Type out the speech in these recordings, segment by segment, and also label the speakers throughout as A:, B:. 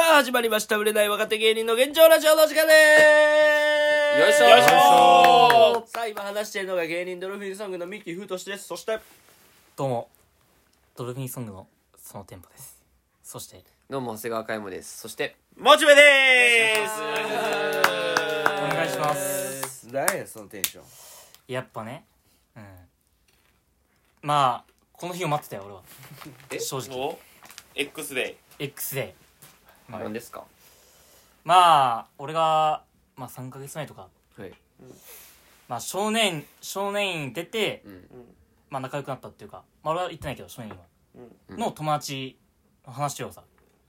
A: あ、始まりました。売れない若手芸人の現状ラジオの時間でーす
B: よいしょ
C: よいしょ
A: さあ、今話しているのが芸人ドルフィンソングのミッキー・フートシです。そして、
C: どうもドルフィンソングのそのテンポですそして
B: どうも長谷川嘉山ですそして
D: モチベで
C: お願いします
A: 何や、そのテンション。
C: やっぱねうんまあこの日を待ってたよ俺は
B: え
C: 正
D: す
C: 直
D: お X デ
C: X デイ、はい
B: 何ですか
C: まあ俺が、まあ、3か月前とか、
B: はい
C: まあ、少年少年院出て、
B: うん
C: まあ、仲良くなったっていうか、まあ、俺は言ってないけど少年院は、
B: うん
C: の友達の話をさ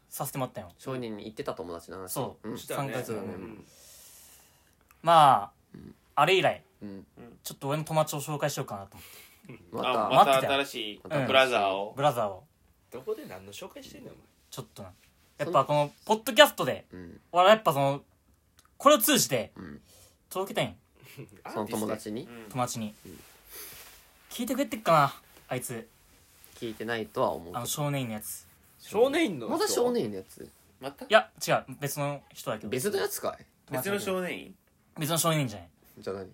C: させてもらったよ
B: 商人に行ってた友達の話
C: そう、
B: うん
C: 3か月
B: そう
C: 前、
B: だね
C: まあ、あれ以来
B: うん
C: ちょっと俺の友達を紹介しようかなと思って
B: ま
D: あ
B: た
D: ま
C: 待ったてた
D: 新しい
C: うん
D: ブラザーを
C: ブラザーを
D: どこで何の紹介してんの
C: ちょっとなやっぱこのポッドキャストで
B: うん
C: 俺はやっぱそのこれを通じて
B: うん
C: 届けたいん
B: その友達に
C: 友達に、聞いてくれてっかなあいつ
B: 聞いてないとは思う
C: あの
B: け
C: 少年院のやつ
A: 少年院の
B: どまた少年院のやつ
D: また
C: いや違う別の人だけど
B: 別のやつか
D: 別の少年院
C: 別の少年院じゃない
B: いじゃあ何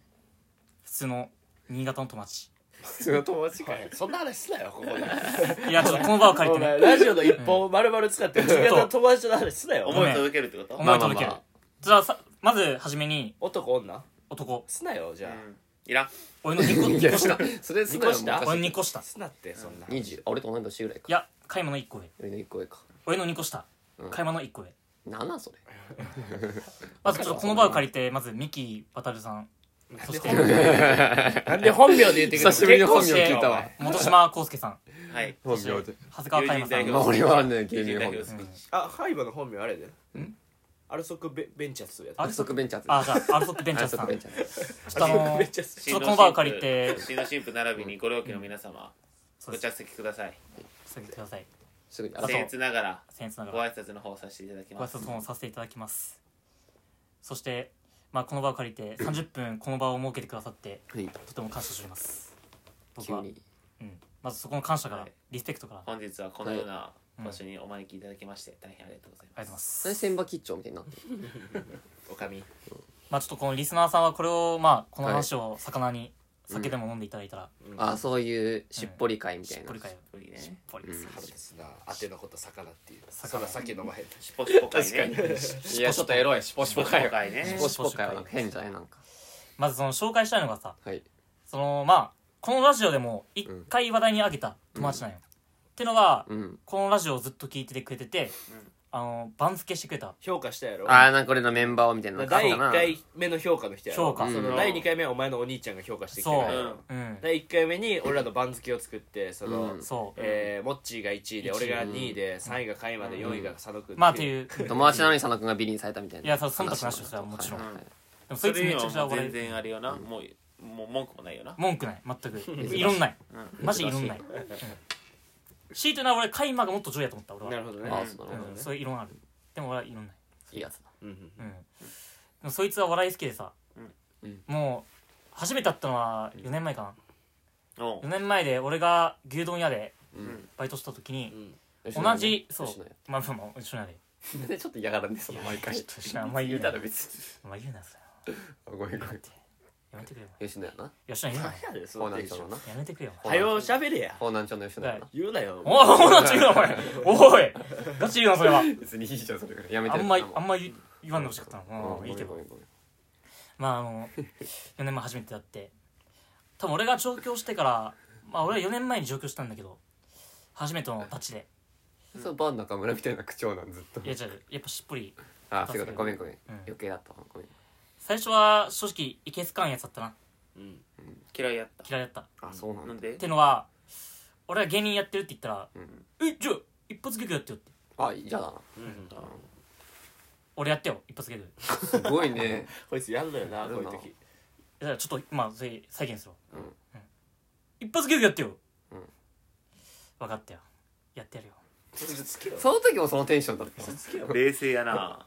C: 普通の新潟の友達
B: 普通の友達か
D: そんな話すなよここで
C: いやちょっとこの場を借り
A: お
C: てね
A: 前ラジオの一本を丸々使って、違う友達の話すなよ。
D: 思い届けるってこと
C: 思い届け る、
B: まあまあまあ
C: じゃあさまず初めに
A: 男、女
C: 男
A: すなよ、じ
D: う
A: ゃあ。
D: んいらん
C: 俺の2個
B: い
C: 2
B: や
C: 個
B: そ
C: 下
B: れそれすなよもうおか
C: 俺
B: し
C: の
B: い
C: 2個下い
A: すなって、そんな。
B: 20俺と同い年ぐらいか
C: や買い物1個上
B: 俺の1個上か
C: 俺の2個下
B: うん
C: 買い物1個上
B: 何なんそれ
C: まずちょっとこの場を借りてまず三木渉さんそして
A: なんで本名で言ってくる
B: 久しぶりに本名聞いた
A: 結婚し
B: わ
A: て
C: 本島康介さん
D: はい
B: 本
C: そ
B: 名
C: して
B: で
C: 長谷川嘉山さん
D: 友人代
B: まあ
D: 表
B: 俺はね芸
D: 90
B: 人
D: 代
B: 本
D: 表
B: 名
D: スピーチ
A: あ、ハイバの本名あれだよ
C: ん。
A: アルソクベベンチャスやった。
C: あ
B: 約束ベンチャーズ
C: あじゃあアルソックベンチャ
B: 約
C: ーズさ
B: 束
C: ん
B: ベン
C: ち
B: チャーズ
C: ょっとあの
A: めっちゃ好
C: ちょっとこの場を借りて
D: 新郎新婦並びにご両家の皆様
C: そう
D: ご
C: です
D: 着席ください
C: 続けてください
B: すぐに
C: そう
B: あ
D: 僭越ながら
C: 僭越なが
D: ご
C: ら
D: 挨拶の方させていただき
C: ご挨
D: ます
C: 拶もさせていただきますそしてまあこの場を借りて30分この場を設けてくださって
B: はい
C: とても感謝しております僕
B: 急
C: は、
B: に
C: うん、まずそこの感謝から
D: はい
C: リスペクトからあり
D: 本日はこのような場所にお招きいただきまして大変ありがとうござい
C: がとうご
D: ま
C: ざ
D: す
C: い
B: それ
C: ます
B: 千葉吉兆みたいになってる
D: おかみ
C: まあちょっとこのリスナーさんはこれをまあこの話を魚に酒でも飲んでいただいたら
B: あーそういうしっぽり会みた
C: しっ
B: い
C: ぽ
B: な
C: り会を
D: いい
C: しっ
D: ね
C: ぽりです
A: 腹立つなあてのこと魚っていう
C: 魚
A: そら酒飲まへん
D: しっぽしっぽ会
B: 確かに
D: ね
B: いやちょっとエロいしぽし
D: しっぽ
B: 会
D: 会ね
B: しぽしぽ会はなんか変じゃないなんか
C: まずその紹介したいのがさ
B: はい
C: そのまあこのラジオでも一回話題に挙げた友達なんよ、ってのは、
B: うん
C: このラジオをずっと聞いててくれてて、
D: ん
C: あの番付してくれた
A: 評価したやろ
B: ああなんか俺のメンバーみたいなの
A: 第
B: 買ったな
A: 1回目の評価の人やろ
C: 評価
A: そ
B: うん
A: の第2回目はお前のお兄ちゃんが評価してきて
C: そう
A: くれたやろ
C: うん
A: 第1回目に俺らの番付を作ってそうの
B: ん
C: そう、
A: えーモッチーが1位で
C: 一位
A: 俺が2位で3位が甲斐まで4位が佐野君
C: まあというう
B: 友達なのに佐野くんがビリにされたみたいない
C: やそれ忖度なしですよもちろん
B: はいはい
C: でもそ
D: そ
C: いつ
D: れ
C: め
D: に
C: ちゃ
D: は
C: くちゃ
D: もう
C: 笑
D: 全
C: い
D: 然あれよなもうもう文句もないよな
C: 文句ない全くいろんないマジいろんない、うん、強いてな俺カイマがもっと上やと思った俺は
A: なるほどね
B: あーそうな
C: う
B: る
C: ん
B: ほどね
C: そういう異論あるでも俺はいろんない
B: いいやつだ
A: うんうん
C: うん、でもそいつは笑い好きでさ、
B: うん
C: もう初めて会ったのは4年前か
D: おう
C: な4年前で俺が牛丼屋で
B: うん
C: バイトした時に、
A: うん
C: 同じそう
B: 吉野家
C: まあまあまあ一緒やで
B: なんでちょっと嫌がらんでその毎回
C: ちょっと吉野家あんま言う
B: た
C: な
B: ら別
C: お前言うなそれ
B: にごめんごめん
C: やめてくれよ
B: 吉野やな
C: 吉野家言うな
A: 何やでそ
B: 方
A: のテ
B: 南
A: ンシ
B: 町
A: ョ
B: の
A: ン
B: な
C: やめてくれよお前
A: はよしゃべれや
B: 方南町の吉野やな
A: 言うなよ
C: おお友達言うなお前おいガチ言うなそれは
B: 別にいいじゃんそれぐらいやめて
C: あ
B: る
C: んまあ
B: ま
C: んま言言わんでほしかったの、うん、いいけどまああの4年前初めてだって多分俺が上京してからまあ俺は4年前に上京したんだけど初めての立ちで
B: そうバン中村みたいな口調なんずっと
C: いや違うやっぱしっぽり
B: ああそういうことごめんごめん
C: うん
B: 余計だったわごめん
C: 最初は正直いけすかんやつだったな
A: うん
D: 嫌いやった
C: 嫌いだったっ
B: あそうな
D: なんん
B: だ
D: で
C: てのは俺が芸人やってるって言ったら「
B: ん
C: えじゃあ一発ギャグやってよ」って
B: あいいじゃん
A: うん
C: 「俺やってよ一発ギャグ」
B: すごい ね
A: こいつやんのよな
B: や
A: こ
B: る
A: ういう
B: な
A: 時
C: じゃあちょっとまあそれ再現するわ、
B: うん
C: 一発ギャグやってよ、
B: うん
C: 分かったよやってやるよ
A: 嘘つけよ
B: その時もそのテンションだった
A: 嘘つけよ
D: 冷静やな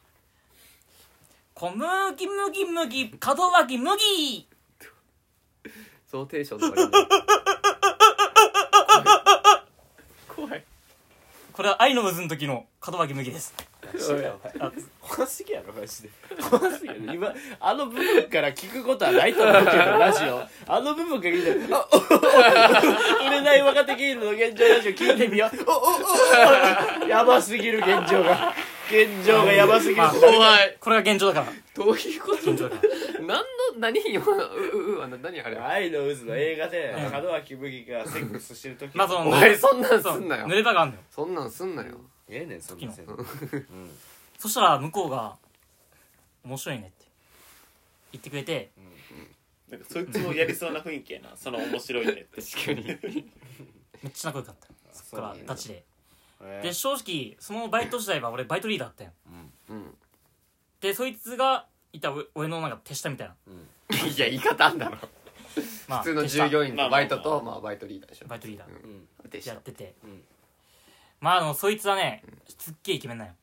C: 小麦麦麦門脇麦
B: そのテンションだったからね怖い
C: これは愛の渦の時の門脇麦ですあ
A: 怖すぎやろマジで怖すぎやろ今あの部分から聞くことはないと思うけどラジオあの部分から聞いてあおおお売れない若手芸人の現状ラジオ聞いてみようおおおおやばすぎる現状が現状がやばすぎる
C: まあ
B: 怖い
C: これが現状だから
B: どういうこと
C: 現状だから
B: 何の何今うううあの何あれ
A: 愛の渦の映画で門脇麦がセックスしてる時
C: まあその
B: おいそんなん
C: そ
B: す
C: うん
B: なよ
C: 濡れ場があんのよ
B: そんなんすんなよ
A: ええねんそんなせんうん
C: そしたら向こうが「面白いね」って言ってくれて
A: なんかそいつもやりそうな雰囲気やなその面白いねって
B: 確かに
C: めっちゃ仲良かったよそっから
A: そう
C: 立ちで
A: え
C: で正直そのバイト時代は俺バイトリーダーだったよ
B: うん
C: でそいつがいた俺俺のなんか手下みたいない
B: や言い方あんだろ
C: まあ
B: 普通の
C: 手下
B: 従業員
A: まあ
B: の
A: まあ
B: バイトとまあバイトリーダーでしょ
C: バイトリーダー
B: うん
A: うん
B: でし
C: や
B: た
C: ってて
A: うん
C: まああのそいつはねすっげえイケメンなんよ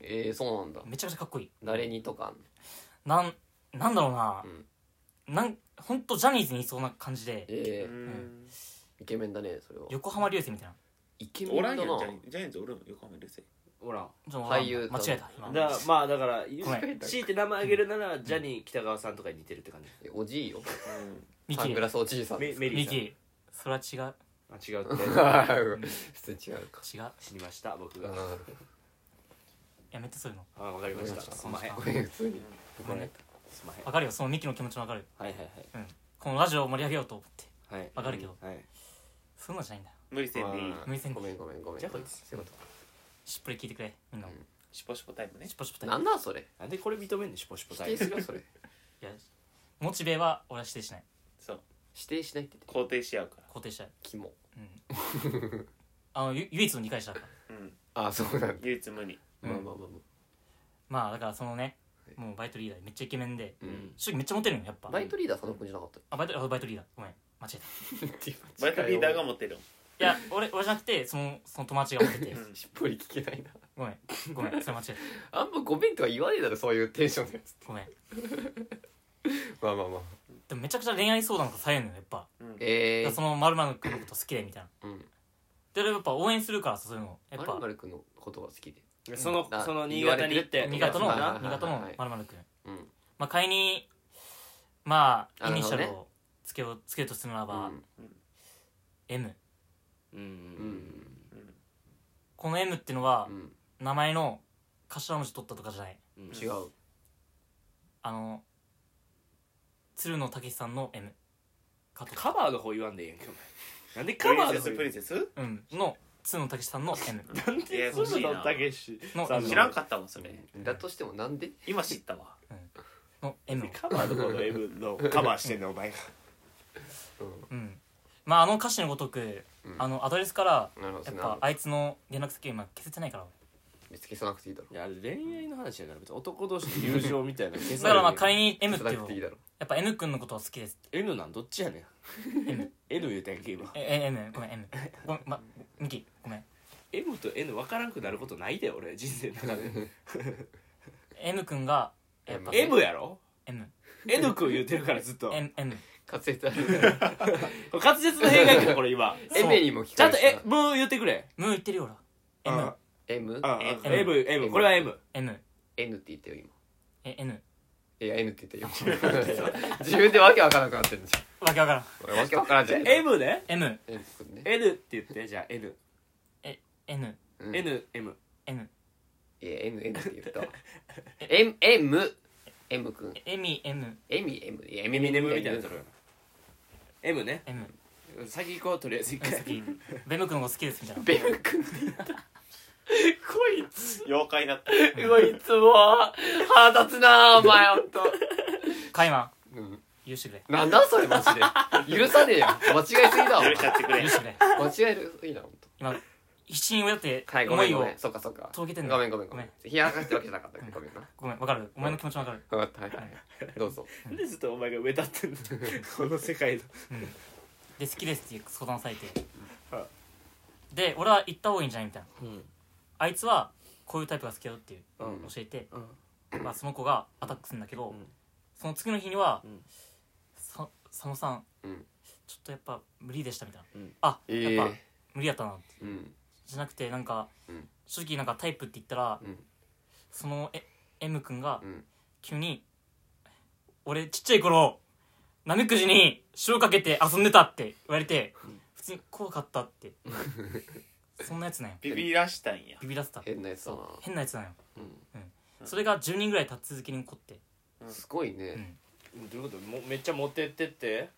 B: えーそうなんだ
C: めちゃくちゃかっこいい
B: 誰にとかあんの
C: なんなんだろうな
B: うん
C: なんほんとジャニーズにいそうな感じで
B: えー
C: ん
B: イケメンだねそれは
C: 横浜流星みたいな
B: イケメ
A: お
B: ン
A: ら
B: だ
A: ん
B: な
A: やんジャニージャニーズおるん横浜流星
E: おらん
C: ちょっとわかんない
B: 俳優と
C: 間違えた今
A: だまあだから
C: ん
A: 強いて名前挙げるならジャニー北川さんとかに似てるって感じ
B: おじいよ
C: ミ
B: サ
C: キ
B: ングラスおじいさん
A: メ
B: です
A: メリ
C: ミ
A: ー
C: キそれは違う
A: さんあ違うって
B: 普通違うか
C: 違う
A: 死にました僕
B: う
A: が
B: ん
C: やめてそういうの
A: あわかりましたすまへん
B: ごめん普通に
C: ごめんね
A: すまへん
C: わかるよそのミキの気持ちもわかる
A: はいはい
C: このラジオを盛り上げようと思って
A: はいはい
C: わかるけど、
A: はい
C: そういうのじゃないんだよ
A: 無理せんでいい
B: まあ
C: 無理せん
B: ご
C: で
B: めんごめんごめん
A: じゃあこいつ
B: そういうこ
C: しっぽり聞いてくれみんなも
B: うん
A: シュポシュポタイムね
C: しっぽしっぽ
B: と
C: たい
B: なんだそれ
E: なんでこれ認めんねシュポシュポ
B: 否
E: タ
B: 定
E: イム
B: するそれ
C: いやモチベは俺は否定しない
A: そう
B: 否定しないって言って
A: 肯定し合うか
C: 肯定しない
B: キモ
C: うんあのゆ唯一の2回したから
A: らうん
B: あそうなんだ
A: 唯一無二
B: まあまあまあ
C: まあだからそのね
B: はい
C: もうバイトリーダーでめっちゃイケメンで
B: まあ
C: 正直めっちゃモテるのやっぱ
B: バイトリーダーその子じゃなかった
C: あバイトあバイトリーダーごめん間違え
A: バイトリーダーが持ってる
C: たいや俺俺じゃなくてそのその友達がモテて
A: うん
B: しっぽり聞けないな
C: ごめんごめんそれ間違え
B: あんまごめんとは言わねえだろそういうテンションのやつ
C: たごめん
B: まあまあまあ
C: でもめちゃくちゃ恋愛相談とかされるのよやっぱ
A: うん
B: え
C: だか
B: え
C: らその○○の君のこと好きでみたいな
B: うん
C: で俺やっぱ応援するからさそういうのやっぱ
B: 丸丸くんのことが好きで
A: その
B: な
A: その新潟に行って
C: 新潟の
B: はいはいはいはい
C: 新潟のまるまるくん
B: うん
C: まあ仮にまあ
B: な
C: イ
B: る
C: ニ
B: ほ
C: シ
B: ど
C: ャ
B: ね
C: ルをつけようつけるとするならば、M
E: うん
B: うんうん
C: この M ってのは
B: うん
C: 名前の頭文字取ったとかじゃない
E: うん
B: 違う
C: あの鶴野武さんの M かとか
E: カバーの方言わんでええやんけお前なんで
A: プ
E: カ
A: リン
E: バー
A: セ
E: の方
A: ス プリンセス
C: うんの鶴野武さんの M
E: なん
A: いや
E: でそうな
A: やや
E: の
A: こ
E: た
A: しいな
E: けし
C: の
E: さんの
A: 知らんかったもんそれ
B: だとしてもなんで
A: 今知ったわ
C: の M を
E: カバーの方 の M のカバーしてんのお前が
C: うんまああの歌詞のごとく、
B: うん
C: あのアドレスから
B: なるほ
C: や
B: ど
C: っ
B: な
C: ぱあいつの連絡先今消せてないから
B: 見つけさなくていいだろ
E: いやあれ恋愛の話やから別に男同士の友情みたいな
C: 俺だからまあ仮
E: に
C: に M
B: 見
C: っ
B: つ
C: て
B: けさな
C: いうの
B: くていいだろ
C: やっぱ M 君のことは好きですって
E: N なんどっちやねん N 言うてんけ今
C: ええ M ごめん M ごめんまミキごめん
E: M と N 分からんくなることないで俺人生の中で
C: M 君がやっぱ
E: M やろ
C: M
E: N 君言うてるからずっと
C: M M
B: 滑舌あるから
E: これ滑舌の弊害 かこれ今
B: エメにも聞
E: ちゃ
B: こ
E: んと
B: え
E: えもう言ってくれ
C: ムー言ってるよほら M
B: え M?
E: うんうん
A: M
E: M M これは M
C: M
B: N って言ってよ今
C: え N
B: いや N って言ってよ自分でわけわからなくなってんじ
C: わけわからん
B: ゃん俺わけわからん
E: じ
B: じゃ
E: ゃあ
B: ん
E: M ね
C: M
B: N くんね
E: N って言ってじゃあ N
C: N
E: N M
C: N
B: いや N N って言ったわ M M M くん
C: エミ M
B: エミ M いやエ
E: ミネムみたいな
B: や
E: やつやろ M ね
C: M
E: 先行こうとりあえず一回
C: 次ベム君が好きですみたいな
B: ベムくんって言ったこいつ
A: 妖怪だった
B: こいつも腹立つなあお前ほんと
C: カイマ
B: うん
C: ン許してくれ
B: なんだそれマジで許さねえよ間違いすぎだわ
A: 許しちゃってくれ
C: 許してくれ
B: 間違えるいいなほんと
C: 今必死に親って
B: はいご
C: 思
B: めん
C: い
B: ご
C: を
B: めんそうかそうか
C: 届けてんだ
B: ごめんごめんごめん冷やかしてるわけじゃなかったけどごめんな
C: ごめんわかるお前の気持ちもわかる
B: 分かったはいはいどうぞ
E: なんでずっとお前が上立ってん のこの世界の
C: で好きですっていう相談されて
E: は
C: で俺は行った方がいいんじゃないみたいな
E: うん
C: あいつはこういうタイプが好きだよっていう
E: う
C: 教
E: ん
C: えて、
E: うん
C: まあ、その子がアタックするんだけど、
E: うん
C: その次の日には、
E: うん
C: さ佐野さん、
B: うん
C: ちょっとやっぱ無理でしたみたいな、
E: うん
C: あ、
B: ええ
C: やっぱ無理やったなって
B: うん
C: じゃなくてなんか、
B: うん
C: 正直なんかタイプって言ったら、
B: うん
C: そのえ M 君が
B: うん
C: 急に「俺ちっちゃい頃なめくじに塩かけて遊んでた」って言われて、普通に怖かったってそんなやつなんよ
A: ビビらしたんや
C: ビビらせた
B: 変なやつだな
C: 変なやつなんよ、
B: う
C: うんそれが10人ぐらい立ち続けに起こってい
B: すごいね
A: どういうこともめっちゃモテてって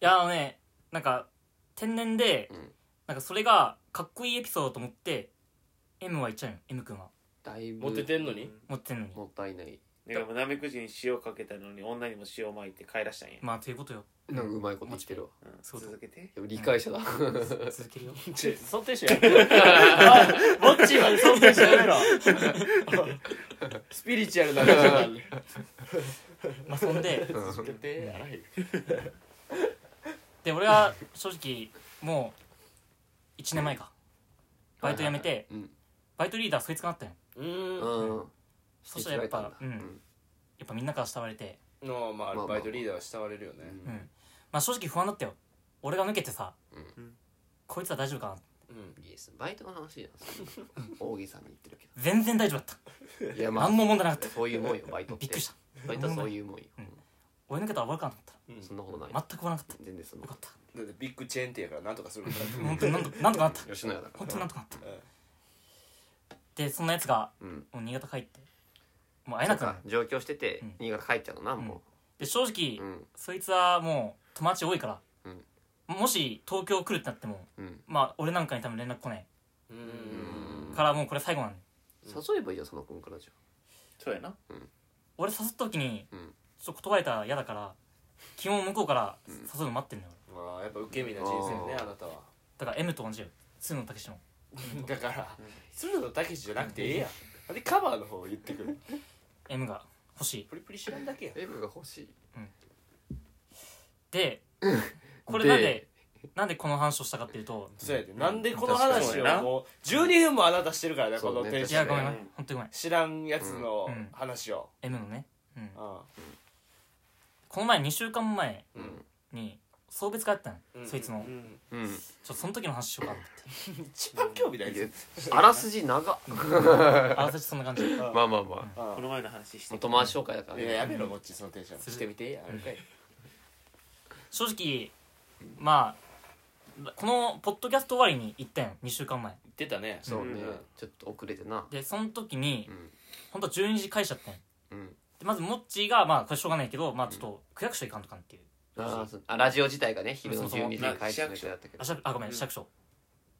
C: やあのねなんか天然で、
B: うん
C: なんかそれがかっこいいエピソードだと思って M は言っちゃうよ M 君は
B: だいぶ
A: モテてんの に
C: 持ってんのに
B: もったいない
D: でもなめくじに塩かけたのに女にも塩まいて帰らしたんや、
C: まあというこ とよ
B: なんかうまいこと言ってるわ
D: うん
C: そう
D: 続けて
B: でも理解者だ
C: 続けるよ
A: ちょ想定しやめ ろあぼっちまで想 定しやめろスピリチュアルな話なんで
C: まあそんで
B: うん
A: 続けて荒い
C: で俺は正直もう1年前かバイト辞めて
B: うん
C: バイトリーダーそいつかなったんよ
A: うーん
B: うん
C: そしたらやっぱ
B: う
C: うん
B: ん
C: やっぱみんなから慕われて
A: のま
B: まあま
A: あ
B: あ
A: バイトリーダーは慕われるよね
C: うんまあ正直不安だったよ俺が抜けてさこいつは大丈夫かな
A: うん
B: イエスバイトの話じゃん大げさに言ってるけ
C: 全然大丈夫だっ
B: どいや
C: た
B: まあ
C: 何も問題なかった
B: そういうもんよバイトって
C: びっくりした
B: バイトはそういうもんよ
C: うん俺抜けたら終わるかなと
B: うんそんなことない
C: 思ったら全く終わらなかった
B: 全然その
C: よかった
A: だってビッグチェーン店やからなんとかするから
C: 本当になんとなんとかなった
B: 吉野家だから
C: 本当になんとかなっ
A: うん
C: たでそんなやつが
B: うん
C: もう新潟帰ってもう会えなくなる
B: そうか上京してて
C: うん
B: 新潟帰っちゃうのなも
C: で正
B: う
C: 直
B: うん
C: そいつはもう友達多いから、もし東京来るってなっても
B: うん
C: まあ俺なんかに多分連絡来ない
B: うん
C: からもうこれ最後なんで
B: 誘えばいいじゃんその子からじ
D: そうやな
C: 俺誘った時に
B: うん
C: ちょっと断れたら嫌だから基本向こうから誘うの待ってんのよ
A: まあやっぱ受け身な人生ね
B: あ
A: あ
B: ー
A: なたは
C: だから M と同じよ通のたけしの
A: だから鶴のたけしじゃなくてええやんなんでカバーの方言ってくる
C: M が欲しい
A: プリプリ知らんだけや
B: ゃん M が欲しい
C: でこれなんでなんでこの話をしたかっていうと
A: そうやでなんでこの話
D: 確かに
A: を
D: な
A: もう12分もあなたしてるからね
B: そ
A: こ
B: う
A: の
B: ね
A: 天
C: い
A: 使
C: や
A: ね
C: ごめんご
D: う
C: めん
D: ん
C: 本当にごめん
A: 知らんやつの
C: うん
A: 話を
C: M のね、うん、
A: あ
C: この前2週間前
B: うん
C: に送別会やったの、
A: うん
C: そいつの、ちょ
D: ん
B: うん
C: っとその時の話しようかなって
A: 一番興味ない
B: い
A: や
B: や
A: つ
B: あらすじ長っ
C: あらせてそんな感じ
B: まあまあま
A: あ
D: この前の話して
B: あ後回し紹介だか
A: あ
B: ら
A: いや
B: ね
A: やめろもっちそのテンション
C: する
A: してみてやるかい
C: 正直まあこのポッドキャスト終わりに行ったんよ2週間前
A: 言ってたね
B: そうね
A: うん
B: ちょっと遅れてな
C: でその時に
B: うん
C: 本当は12時返しちゃったんよ
B: うん
C: でまずモッチーがまあこれしょうがないけどまあちょっと区役所行かんとかんっていう
B: あーそうあラジオ自体がね昼の
C: そうそう
B: 12時に帰ってくれだったけど
C: あしゃあごめん市役所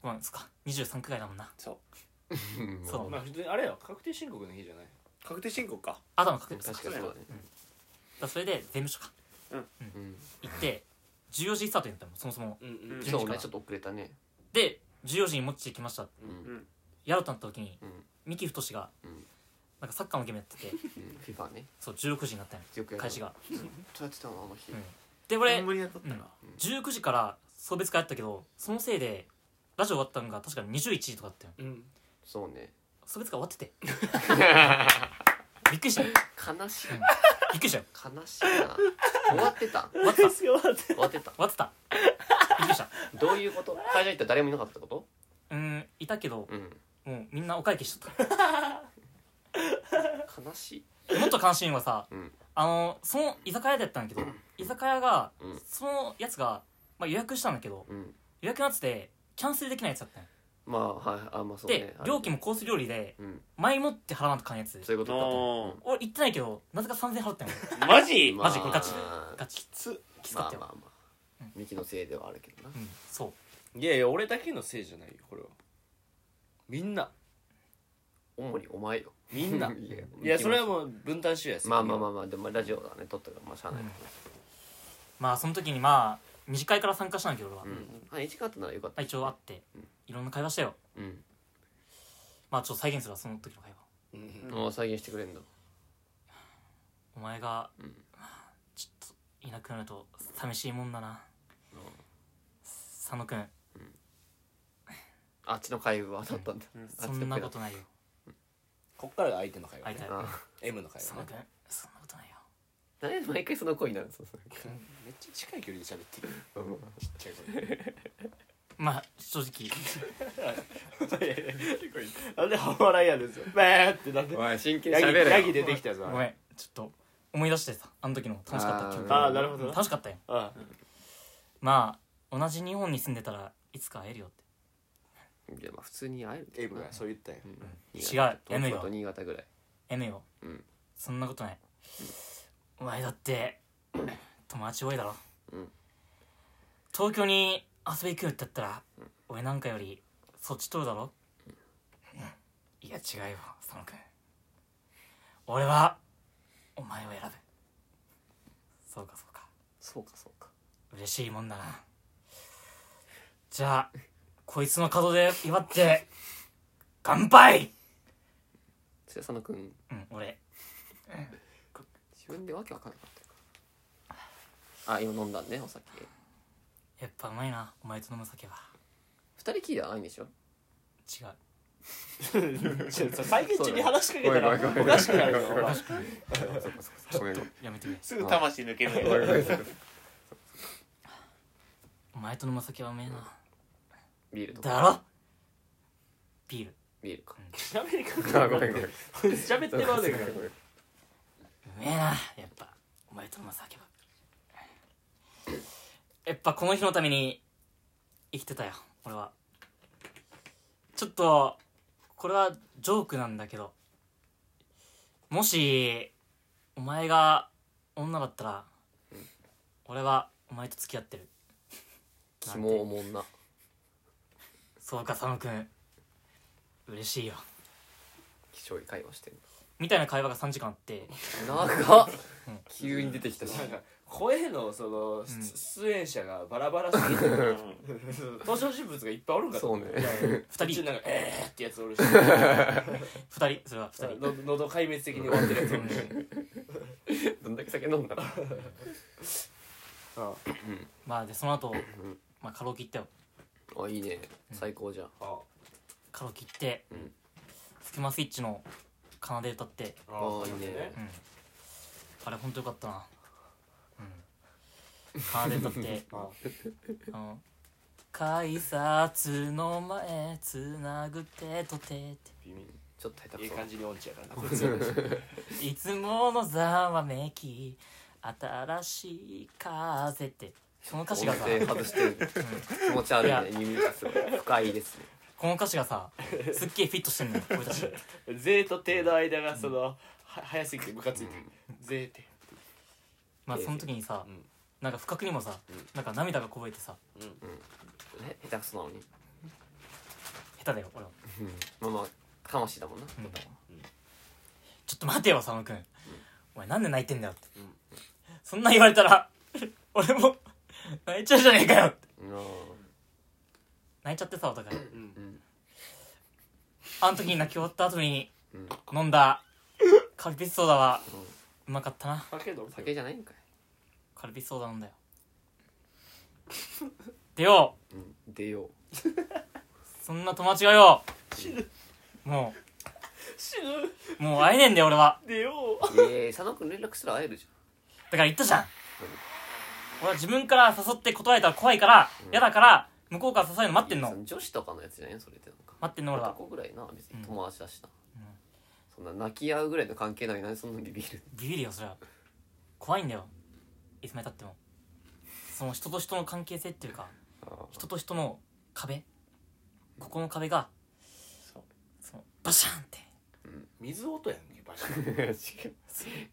C: ごめんすか23区外だもんな
B: うん
C: そう
A: まあ普通にあれよ確定申告の日じゃない
D: 確定申告か
C: あ頭の確
B: 確
C: 認
B: か
C: だ
B: にそうだね
C: からそれで税務署か
B: うん
C: 行って14時スタートやったのそもそも
A: うん
D: う
A: う
D: ん
A: ん
B: そうねちょっと遅れたね
C: で14時にモッチー来ました
B: うん
C: やろうとなった時に
B: うん
C: 三木太が
B: うん
C: なんかサッカーのゲームやって て
B: FIFA ね
C: そう16時になったんよ
B: よくやる
C: 開始が
B: そうやってたのあの日
C: うんで
D: こ
C: 俺
D: 無理やっとった
C: うん
D: な
C: 19時から送別会あったけどそのせいでラジオ終わったのが確か21時とかだったよ
A: うん
B: そうね
C: 送別会終わって てびっくりしたよ
B: 悲しい
C: びっくりしたよ
B: 悲しいな終わってた
C: 終 わってた終
B: 終わってた
C: わってたびっくりした
B: どういうこと会社行ったら誰もいなかったってこ
C: うーんいたけ
B: と
C: ど
B: うん
C: もうみんなお会計しちゃっ
B: 悲しい
C: たもっと関心はさ
B: うん
C: あのその居酒屋だったんだけど居酒屋が
B: うん
C: そのやつが、まあ、予約したんだけど
B: うん
C: 予約のやつでキャンセルできないやつだったんよ
B: まあはいあまあそうね
C: で料金もコース料理で
B: うん
C: 前もって払わなきゃかんやつ
B: そういうことだと
C: 俺行ってないけどなぜか3000円払った んよ
D: マジ
B: まあ
C: マジガチガチ
A: つ
C: きつか
B: ま
C: っ
B: あ
C: たよ、
B: まあまあミキのせいではあるけどな
C: うんそう
A: いやいや俺だけのせいじゃないよこれはみんな
B: 主にお前よ
A: み んない
B: や
A: やそれはもう分担しようや
B: まあまあま
A: あ
B: あまあでもラジオだね撮ったからまあしゃあないか
C: まあその時にまあ二次会から参加したんだけど俺は、
B: らうんあ1時間あったならよかっ
C: まあ
B: た
C: 一応会って、いろんな会話したよ
B: うん
C: まあちょっと再現するわその時の会話
B: もう再現してくれんだ
C: お前が、ちょっといなくなると寂しいもんだな、佐野くん
B: あっちの会話だったんだあっ
C: そ
B: ちの会
C: んな
B: 話
C: ことないよ
A: こっからが相手の会話
C: 会いた
A: ね
C: い
B: あ
A: M の会
C: 佐
A: 話
C: 野
A: ね
C: くんそんなことないよ
B: 何で毎回その声になるんですか
A: めっちゃ近い距離で喋ってるちっちゃい声
C: まあ正直
A: なんで半笑いやですよバーってなんで
B: おい真剣に
A: ヤギ
B: 喋れ
A: ヤ
B: よ
A: ギ出てきたぞ
C: ごめんちょっと思い出してたあの時の楽しかった記憶
A: ああなるほどな
C: 楽しかったよ
A: あ
C: まあ同じ日本に住んでたらいつか会えるよって
B: いやまあ普通に会えるけ
A: エイ
B: ど
A: ブ
B: な
A: がそう言ったよ
C: 違うやめ
B: 東
C: よ
B: 京と新潟ぐらい
C: M よ、
B: うん
C: そんなことない、お前だって友達多いだろ、
B: うん
C: 東京に遊び行くよって言ったら、俺なんかよりそっち取るだろ、いや違うよ佐野君俺はお前を選ぶそうかそうか
B: そうかそうか
C: 嬉しいもんだなじゃあこいつの角で祝って乾杯
B: それ佐野君
C: うん俺
B: 自分でわけわかんなかったからあ今飲んだねお酒
C: やっぱうまいなお前と飲む酒は
B: 二人きりではないんでしょ
C: 違う
A: ちょっと会見中に話しかけたら
B: ごめんごめんごめん
A: おかしくなるよお前
B: ごめんごめん
C: やめてくれ
D: すぐ魂抜けるよ
C: お前と飲む酒はうめえな
B: ビールとか
C: だろビール
B: ビールか
A: 喋りかけ
B: あごめんごめん
A: 喋ってまうねんから
C: うめえなやっぱお前と飲む酒はやっぱこの日のために生きてたよ俺はちょっとこれはジョークなんだけどもしお前が女だったら俺はお前と付き合ってる
B: キモおもんな
C: そうか佐野くん嬉しいよ
B: 気象い会話してる
C: みたいな会話が3時間 あって
B: 長っ急に出てきたし
A: なんか声のその
C: ん
A: 出演者がバラバラすぎて登場人物がいっぱいおるんかと
B: そう
A: 思
B: ね
C: 2
A: 途中
C: 人
A: なんかえーってやつおるし
C: 2人それは2人
A: の喉壊滅的に終わってるやつおるし
B: どんだけ酒飲んだの
A: あ
C: まあでその後、まあカラオケ行ったよ
B: あいいね最高じゃん
A: あ
C: カラオケ行って、
B: うん
C: スキマスイッチの「奏」で歌って、
B: ああいいね
C: うんあれ本当よかったなうん「奏」で歌って
A: あ
C: あの改札の前つなぐ手と手って
B: ちょっと下手
A: いい
B: くそ
A: 感じに音痴やからなこ いつ
C: いつものざわめき新しい風ってこの歌詞が
B: 音
C: さ
B: 程外してる気持ち悪いね耳がすごい不快ですね
C: この歌詞がさすっげえフィットしてんのよ俺たち
A: 税と手の間がそのは早すぎてムカついてる税って
C: まあその時にさ、
A: ん
C: なんか不覚にもさ、なんか涙がこぼれてさ
B: ね下手くそなのに
C: 下手だよ俺は
B: まあまあ魂だもんな
C: ちょっと待てよ佐野君、お前なんで泣いてんだよって、そんなん言われたら 俺も泣いちゃうじゃねえかよって
B: うんあ
C: 泣いちゃってさお互い、
B: ん
C: あの時に泣き終わった後に
B: ん
C: 飲んだカルピスソーダはうまかったな
A: だけど
B: ー酒じゃないんかい
C: カルピスソーダなんだよでよ
B: 出よう
C: そんな友達がよも
A: 死ぬ
C: うもう会えねえんだよ俺は
A: でよ
B: ええ佐野くん連絡したら会えるじ
C: だから言ったじゃん俺は自分から誘って断られたら怖いから嫌だから向こうから誘えるの待
B: ゃん
C: ってんの
B: 女子とかのやつじゃないそれってなんか
C: 待ってんの俺は
B: 男ぐらいな別に友達だしな、そんな泣き合うぐらいの関係なのになんでそんなビビる
C: ビビるよそれは怖いんだよいつまでたってもその人と人の関係性っていうか人と人の壁ここの壁がそのバシャンって
E: 水音やんけバシャン
B: 違う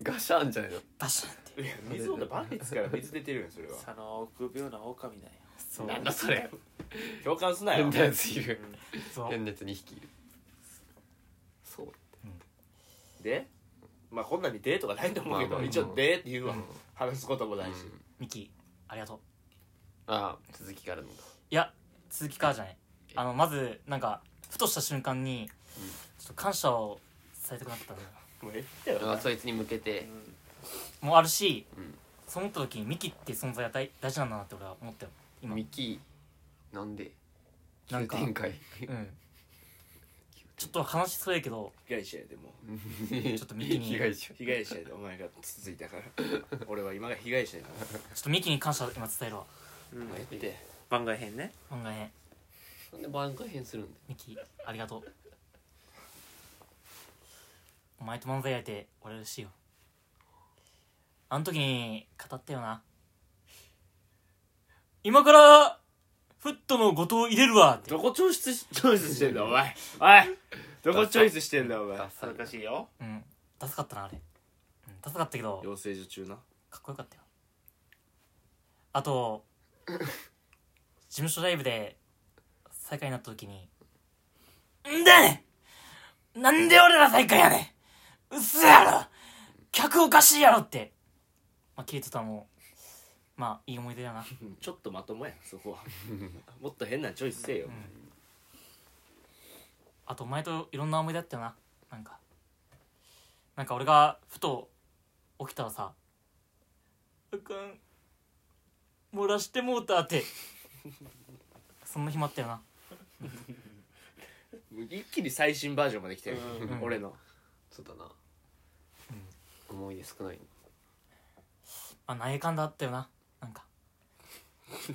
B: ガシャンじゃないの
C: バシャン って
A: 水音バケツから水出てるやんそれは
D: その臆病な狼だよ
C: そう
B: だそれ
A: 共感すなよ
B: 変なやついる
C: そう
B: 変なやつ2匹いるそう
A: でまあこんなに「で」とかないと思うけ
B: まあ
A: ど
B: まあ
A: 一応「で」って言うわ話すこともないし
C: ミキありがとう
B: ああ続きがあるんだ
C: いや続きからじゃないあのまずなんかふとした瞬間にちょっと感謝をされたくなったのよ
A: もうええよ
B: ああそいつに向けて
C: もあるし、
B: うん
C: そう思った時にミキって存在が大大事なんだなって俺は思ったよ今
B: ミキなんで
C: な
B: 急
C: んか
B: 展開
C: うんちょっと話それるけど
A: 被害者やでも
B: ち
C: ょっとミ キに
B: 被害者
A: 被害者やでお前が続いたから 俺は今が被害者やか
C: ちょっとミキに感謝今伝えるわ
A: らもうええって
D: 番外編ね
C: 漫画編
B: なんで番外編するんだよ
C: ミキありがとうお前と漫才やれて俺嬉しいよあの時に語ったよな今からフットの後藤入れるわって
A: どこチョイスしチョイスしてんだお前おいどこチョイスしてんだお前
B: ダサい
D: 恥ずかしいよ
C: うんダサかったなあれ、うん、ダサかったけど
A: 養成所中な
C: かっこよかったよあと事務所ライブで最下位になった時に「んだねなんで俺ら最下位やねんうっせやろ客おかしいやろ」ってまあキリトとはもうまあいい思い出だな
A: ちょっとまともやそこはもっと変なチョイスせえよ
C: あとお前といろんな思い出あったよななんかなんか俺がふと起きたらさ「あかん漏らしてもうた」ってそんな日もあったよな
A: 一気に最新バージョンまで来てる
C: ん
A: 俺の
B: そうだな、思い出少ない
C: あなんやかんだあったよなな んか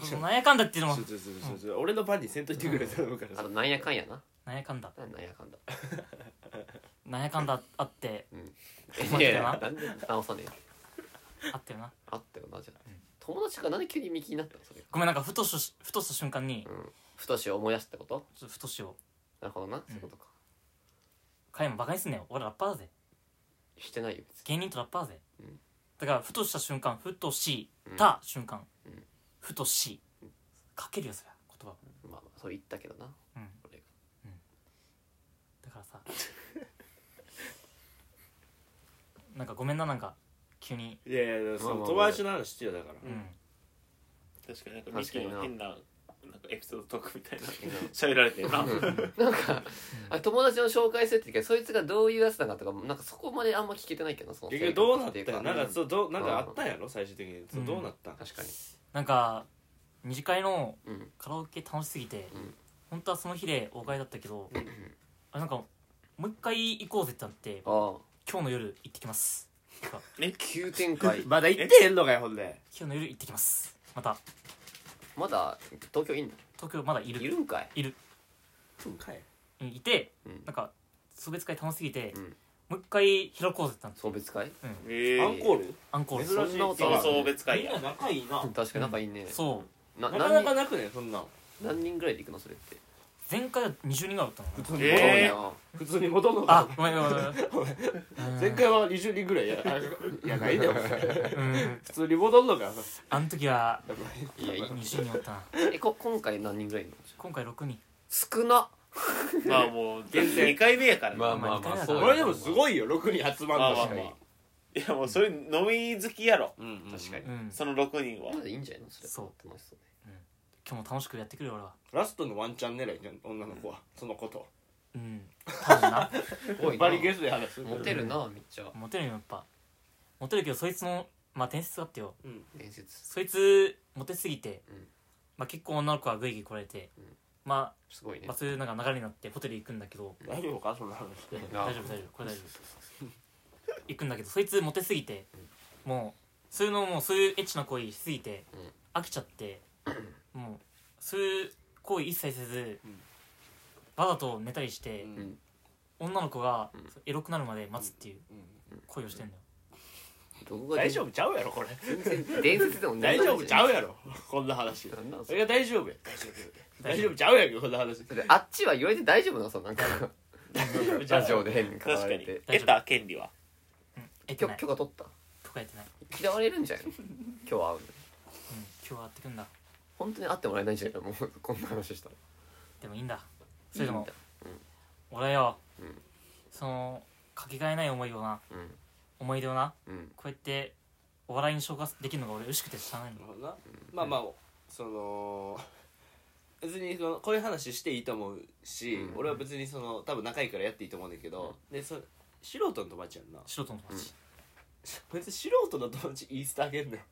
C: そのなんやかんだっていうのも
A: ちょちょちょちょ俺の番にせんといてくれ頼むから
B: あ
A: さ
B: となんやかんやな
C: なんやかんだ
B: なんや かんだ
C: なんやかんだあって
B: いやいやなんで直さねえ
C: あったよな
B: あったよなじゃあ、友達がなんで急に右になったのそれ
C: ごめんなんかふとしふとした瞬間に
B: ふとしを思い出したこと
C: ちょっとふとしを
B: なるほどな、そういうことか
C: 彼もバカにすんなよ俺ラッパーだぜ
B: してないよ別に
C: 芸人とラッパーだぜ、
B: ん
C: だからふとした瞬間ふとした瞬間、
B: ん
C: ふとしかけるよそりゃ言葉
B: まあまあそう言ったけどな
C: うん
B: 俺が
C: だからさ なんかごめんななんか急に
A: いやいやそ
B: まあま
A: の友
B: あ
A: 達の話してよだから
C: うん、
D: 確かになんかミキの変ななんかエピソードトークみたいな
B: 変な
D: 喋られてるな
B: なんか、あ友達の紹介するって言うけどそいつがどういうやつなのかとかなんかそこまであんま聞けてないけどなその
A: 結局どうなっ
B: 性
A: た
B: 格
A: ん
B: てい
A: や
B: う
A: なんかそうどうなん
B: うん
A: かあったんやろ最終的にそう
C: うん
A: どうなったん
B: 確かに
C: なんか二次会の
B: うん
C: カラオケ楽しすぎて、
B: うん
C: 本当はその日でお会いだったけど、あなんかもう一回行こうぜってなって
B: ああ
C: 今日の夜行ってきます
B: 急展 開
A: まだ行ってへんのかよほんで
C: 今日の夜行ってきますまた
B: まだ東京いんの
C: 東京まだいる
B: いるんかい
C: いる
A: うんかい
C: うんいて、
B: うん
C: なんか送別会楽しすぎて、
B: うん
C: もう一回開こうぜってなって
B: 送別会
D: え
A: アンコール
C: アンコール
A: 珍しい
B: そんなこと
D: そ
B: あ
D: う
B: る
D: そう別会
A: みん
D: や
A: な仲いいな
B: 確かに仲いいね、
C: そう
B: な
A: なかな
B: 何
A: か
B: 人
A: なくねそんなん
B: 何人ぐらいで行くのそれって
C: 前回は20人ぐらいだったのかな
A: 普通に
D: えー
B: 多
A: 普通に戻るの
C: あ
A: か
C: ごめんごめんごめんうん
A: 前回は20人ぐらいやあいやないでお前
C: うん
A: 普通に戻るのかよ
C: あの時はい
B: ないやいい
C: 20人おったな
B: えこ今回何人ぐらいいるの
C: 今回6人
B: 少な
D: まあもう全然2回目やからね
C: あまあまあそう
A: これでもすごいよ6人集ま
D: まあ
A: るの
D: まあ
A: し
D: ま
A: か
D: あいやもうそれ飲み好きやろ
A: うんうん
D: 確かに
C: うん
D: その6人は
B: まだいいんじゃないのそれ
C: そう
B: 楽しそうね
C: 今日も楽しくやってくるよ俺は
A: ラストのワンチャン狙いじゃん女の子はそのこと
C: うん多分な
B: おい
A: バリゲスで話す
B: モテるなめっちゃ
C: モテるよやっぱモテるけどそいつのまあ転説があってよ
B: 伝説
C: そいつモテすぎて、
B: うん
C: まあ、結構女の子はグイグイ来られて、
B: ん
C: まあ
B: すごいね
C: まあ、そういうなんか流れになってホテル行くんだけど、
A: 大丈夫かそんな話
C: 大丈夫大丈夫これ大丈夫行くんだけどそいつモテすぎて、もうそういうのもうそういうエッチな行為しすぎて、飽きちゃって、もうそういう行為一切せず、
A: ん
C: わざと寝たりして、
A: うん
C: 女の子が、エロくなるまで待つっていう恋をしてんだよ、
B: どこが
A: 大丈夫ちゃうやろこれ
B: 全然伝説でも
A: 大丈夫ちゃ
B: う
A: うやろこんな話
B: なんなんそ
A: それ
B: れ
A: が大丈夫や大丈夫大丈夫ちゃうやんけこんな話
B: それあっちは言われて大丈夫なのそのなんか ラジオで変に変
D: 確
B: わ
D: か
B: れ
D: に
B: て
D: 得た権利は
C: うん、えて
B: 許
C: ない
B: 許可取った
C: とかやってない、うん、
B: 嫌われるんじゃないの今日は会うの
C: 今日は会ってくんだ
B: 本当に会ってもらえないんじゃないのもうこんな話したら
C: でもいいんだそれでも
B: いいんだ
C: 俺よ、
B: うん
C: そのかけがえない思いをな
B: うん
C: 思い出をな
B: うん
C: こうやってお笑いに消化できるのが俺嬉しくてしゃあないの
A: まあまあその別にそのこういう話していいと思うし、
B: うん
A: 俺は別にその多分仲いいからやっていいと思うんだけど、でそ素人の友達やんな
C: 素人の友達、
A: 別に素人の友達イースターあげんのよ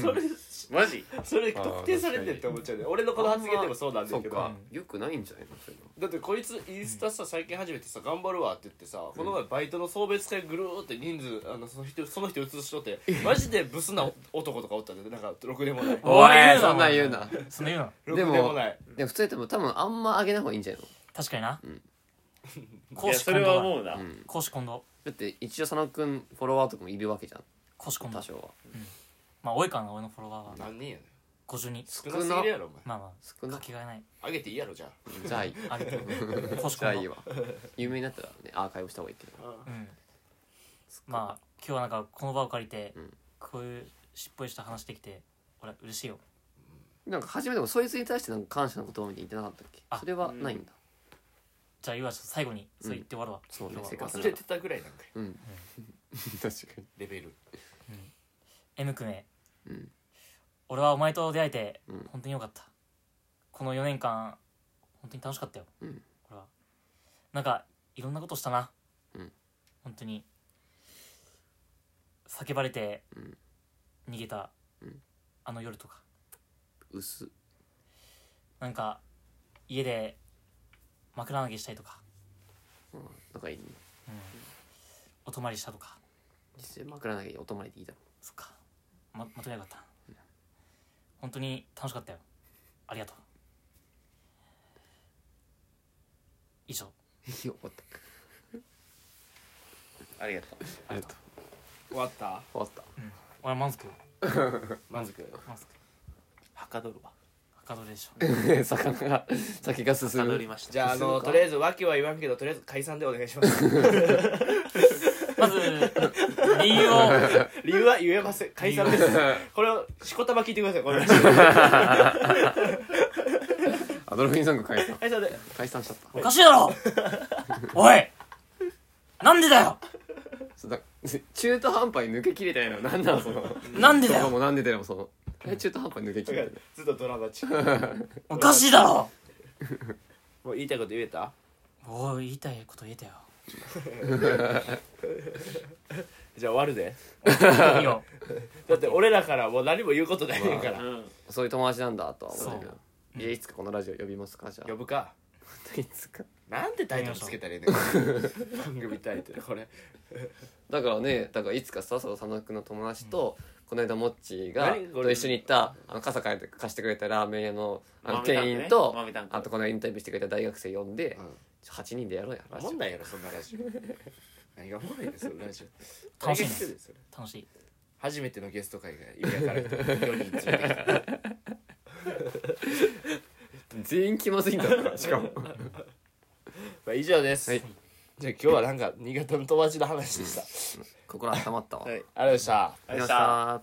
A: それ
D: マジ
A: それ特定されてって思っちゃうね俺のこの発言でもそうなんだ
B: そっ
A: けど
B: かよくないんじゃないのそういうの
A: だってこいつインスタさ最近始めてさ頑張るわって言ってさ、この前バイトの送別会ぐるーって人数あのその人その人映しとってマジでブスな男とかおったんだよなんかろくでもない
C: おい言うな
B: そんなん言うな
C: そんな言うな
A: ろくでもない
B: でも普通に多分多分あんま上げない方がいいんじゃないの
C: 確かにな、
D: い
C: 公
D: や
C: 私
D: そ
C: 混
D: れ
C: 同
D: は
C: だ
D: 思うな、
B: うん
C: 公私混同
B: だって一応佐野くんフォロワーとかもいるわけじゃん
C: 公私混同
B: 多少は
C: まあ多いからな俺のフォロワーは
A: 何人やねん
C: 52
A: 少なすぎるやろお前
C: まあま
B: 少
C: あ
B: な
C: 書きがえない
A: あげていいやろじゃあ
B: じゃあいい
C: ありがとう 公私
B: じゃあい
C: 混
B: い
C: 同
B: わ有名になったらねアーカイブした方がいいけど
C: うんまあ今日はなんかこの場を借りて、
B: うん
C: こういうしっぽいした話できて俺嬉しいよ
B: なんか初めてもそいつに対してなんか感謝の言葉みたいに言ってなかったっけ
C: あ
B: それはないんだ
C: じゃあゆうはちょっと最後にそれ言って終わるわ、
B: そうね
C: 今日は
B: せっかく
A: 忘れてたぐらいなんか
B: うん 確かに
A: レベル
C: M 君へ、
B: うん
C: 俺はお前と出会えて
B: うん
C: 本当によかった、この4年間本当に楽しかったよ、
B: うん
C: 俺はなんかいろんなことしたな、
B: うん
C: 本当に叫ばれて
B: うん
C: 逃げた、
B: うん
C: あの夜とか
B: 薄っ
C: なんか家で枕投げしたりとか、
B: うんなんかいいね
C: うんお泊まりしたとか
B: 実際枕投げお泊まりでいいだろ
C: そっかままとめなかった本当に楽しかったよありがとう以上
B: い いよ終わった
D: ありがとう
B: ありがとう
A: 終わった
B: 終わった
C: 俺は満足
A: 満足
C: 満足
D: はかどるわ
C: はかどるでしょ
B: 魚が先が進
D: はかど
B: む
D: りました
A: じゃああのとりあえずわけは言わんけどとりあえず解散でお願いします
C: まず理由を
A: 理由は言えません解散ですこれをしこたま聞いてくださいこれ
B: アドルフィンソング解散
A: 解散で
B: 解散しちゃった
C: おかしいだろおいなんでだよ
B: そうだ 中途半端に抜け切れたよななんなの その
C: なんでだ
B: そこ
C: よ
B: もなんでだよそのえ 中途半端に抜け切れたよね
A: ずっとドラマチック
C: おかしいだろ
A: もう言いたいこと言えた
C: おい言いたいこと言えたよ
A: じゃあ終わるぜ
C: いいよ
A: だって俺らからもう何も言うことないねんから、
D: うん
B: そういう友達なんだとは思うけ
C: そ
B: どいやいつかこのラジオ呼びますかじゃ
A: 呼
B: あ
A: ぶか
B: いつか
A: なんてタイトルつけたらいいのか番組タイトルこれ
B: だからねだからいつかさその佐野君の友達と、この間モッチーが
A: 何これ
B: と一緒に行ったあの傘借りて貸してくれたラーメン屋のあの
D: 豆炭
B: 店
D: ね
B: 員と、
D: 豆炭
B: あとこの間インタビューしてくれた大学生呼んで、
A: うん
B: 八8人でやろうや
A: おもんないやろそんなラジオ何がおもろいねんそのラジオ
C: 楽しい
A: 大学
C: ね
A: 生だよそれ
C: 楽しい
A: 初めてのゲスト会が意味わからん人4人連れてきた
B: 全員気まずいんだからしかも
A: まあ以上です、
B: はい
A: じゃあ今日はなんか新潟の友達の話でした、
B: 心温まったわ、
D: はい
A: ありがとうございました
B: ありがとうございました